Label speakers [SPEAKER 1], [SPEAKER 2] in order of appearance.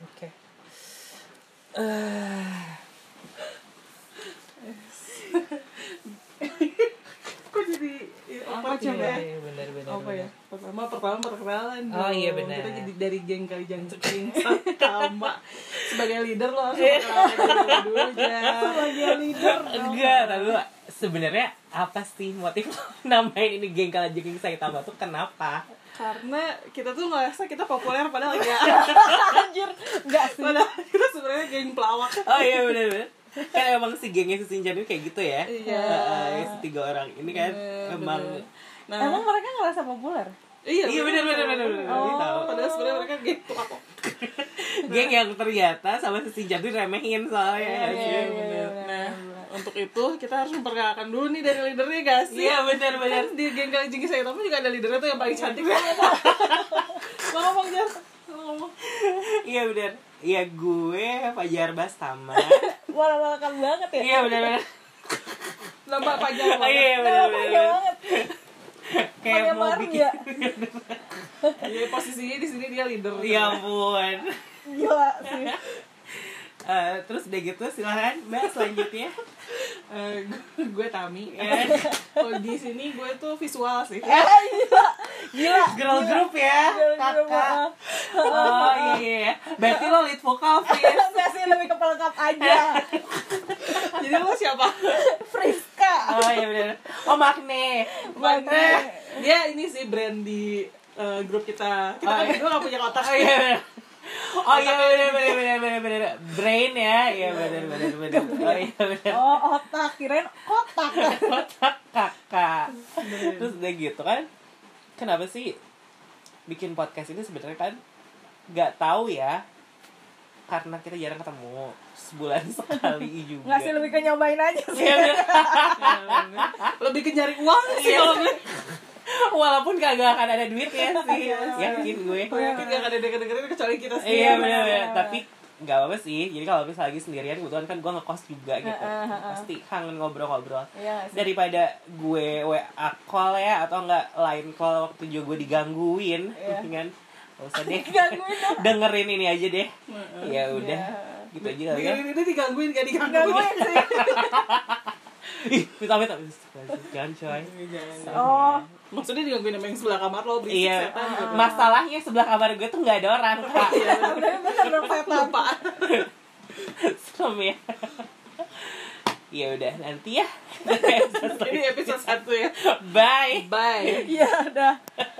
[SPEAKER 1] 이렇게. 아,
[SPEAKER 2] Kok jadi ya,
[SPEAKER 1] apa
[SPEAKER 2] awkward
[SPEAKER 1] sih?
[SPEAKER 2] ya? Mbak?
[SPEAKER 1] Iya, benar benar.
[SPEAKER 2] Apa ya?
[SPEAKER 1] benar.
[SPEAKER 2] Pertama pertama perkenalan
[SPEAKER 1] Oh,
[SPEAKER 2] dong.
[SPEAKER 1] iya, benar.
[SPEAKER 2] Kita jadi dari geng kali jangkrik sama sebagai leader lo harus
[SPEAKER 1] Iya.
[SPEAKER 2] perkenalan dulu dulu ya. Sebagai leader
[SPEAKER 1] Enggak, tapi sebenarnya apa sih motif namanya ini geng kala jengking Saitama tuh kenapa?
[SPEAKER 2] Karena kita tuh ngerasa kita populer padahal enggak. Anjir. Enggak sih. Padahal kita sebenarnya geng pelawak.
[SPEAKER 1] Oh iya benar benar. Kan emang si gengnya si Shinjan ini kayak gitu ya.
[SPEAKER 2] Iya.
[SPEAKER 1] Heeh, yang si tiga orang ini kan
[SPEAKER 2] Bener,
[SPEAKER 1] emang
[SPEAKER 2] bener. Nah,
[SPEAKER 3] Emang mereka ngerasa populer?
[SPEAKER 2] iya,
[SPEAKER 1] Iya benar benar benar Oh. benar. Dia tahu.
[SPEAKER 2] Padahal sebenarnya mereka geng pelawak.
[SPEAKER 1] Geng yang ternyata sama si Shinjan tuh remehin soalnya.
[SPEAKER 3] Iya, iya, iya,
[SPEAKER 2] Nah, untuk itu kita harus memperkenalkan dulu nih dari leadernya gak sih?
[SPEAKER 1] Iya benar benar.
[SPEAKER 2] Kan di geng kali jengki saya tapi juga ada leadernya tuh yang paling cantik Lo ngomong Jar Lo ngomong
[SPEAKER 1] Iya benar. Iya gue Fajar Bastama.
[SPEAKER 3] Walau welcome banget ya?
[SPEAKER 1] Iya benar benar.
[SPEAKER 2] Nambah panjang
[SPEAKER 1] Oh,
[SPEAKER 2] banget
[SPEAKER 1] iya benar
[SPEAKER 3] Kenapa
[SPEAKER 1] benar.
[SPEAKER 3] ya banget?
[SPEAKER 1] Kayak
[SPEAKER 3] Kayak
[SPEAKER 1] mau
[SPEAKER 3] Mario
[SPEAKER 1] bikin
[SPEAKER 3] ya?
[SPEAKER 2] Iya posisinya di sini dia leader
[SPEAKER 1] Ya ampun.
[SPEAKER 3] Gila sih
[SPEAKER 1] Eh, terus udah gitu silahkan mbak selanjutnya
[SPEAKER 2] Eh, gue- Gue Tami
[SPEAKER 1] Eh,
[SPEAKER 2] Kalau di sini gue tuh visual sih
[SPEAKER 3] Eh, Gila Gila
[SPEAKER 1] girl group ya
[SPEAKER 3] Gila, gila,
[SPEAKER 1] kakak
[SPEAKER 3] maaf.
[SPEAKER 1] oh iya, iya berarti lo lead vokal Fis
[SPEAKER 3] Saya sih lebih ke pelengkap aja
[SPEAKER 2] Jadi lo siapa?
[SPEAKER 3] Friska
[SPEAKER 1] oh iya benar oh makne
[SPEAKER 2] Mane Eh, Dia ini sih brand di eh, grup kita Kita
[SPEAKER 1] Oh,
[SPEAKER 2] kan
[SPEAKER 1] iya.
[SPEAKER 2] berdua gak punya otak
[SPEAKER 1] oh iya benar oh iya benar benar benar benar benar brain ya iya benar benar benar oh iya benar
[SPEAKER 3] Oh otak, kirain kotak
[SPEAKER 1] otak kakak terus udah gitu kan kenapa sih bikin podcast ini sebenarnya kan nggak tahu ya karena kita jarang ketemu sebulan sekali juga
[SPEAKER 3] Nggak sih lebih ke nyobain aja sih
[SPEAKER 1] Iya, bener.
[SPEAKER 2] Lebih ke nyari uang sih
[SPEAKER 1] Iya.
[SPEAKER 2] kalau gue
[SPEAKER 1] walaupun kagak akan ada
[SPEAKER 3] Iya,
[SPEAKER 1] duitnya sih yakin gue
[SPEAKER 3] Oh,
[SPEAKER 2] Gue yakin gak ada denger-dengerin kecuali kita sendiri
[SPEAKER 3] ya,
[SPEAKER 1] iya benar benar tapi nggak apa-apa sih jadi kalau misalnya lagi sendirian kebetulan kan gue ngekos juga gitu
[SPEAKER 3] Heeh, heeh.
[SPEAKER 1] pasti kangen ngobrol-ngobrol
[SPEAKER 3] Iya nggak sih?
[SPEAKER 1] daripada gue WA call ya atau enggak line call waktu juga gue digangguin
[SPEAKER 3] Iya.
[SPEAKER 1] dengan nggak usah deh
[SPEAKER 3] Digangguin dong.
[SPEAKER 1] dengerin ini aja deh ya udah
[SPEAKER 3] Iya.
[SPEAKER 1] gitu aja kali ya
[SPEAKER 2] Dengerin ini digangguin gak digangguin
[SPEAKER 3] Gangguin sih
[SPEAKER 1] ih minta minta jangan coy
[SPEAKER 3] Oh
[SPEAKER 2] Maksudnya digangguin sama yang sebelah kamar lo berisik
[SPEAKER 1] iya
[SPEAKER 2] setan gitu.
[SPEAKER 1] masalahnya sebelah kamar gue tuh nggak ada orang kak
[SPEAKER 3] Iya. Bener-bener dong setan
[SPEAKER 2] Iya. Lupa.
[SPEAKER 1] serem ya ya udah nanti ya
[SPEAKER 2] Ini episode 1 ya.
[SPEAKER 3] Eh,
[SPEAKER 1] bye
[SPEAKER 2] Bye.
[SPEAKER 3] Iya dah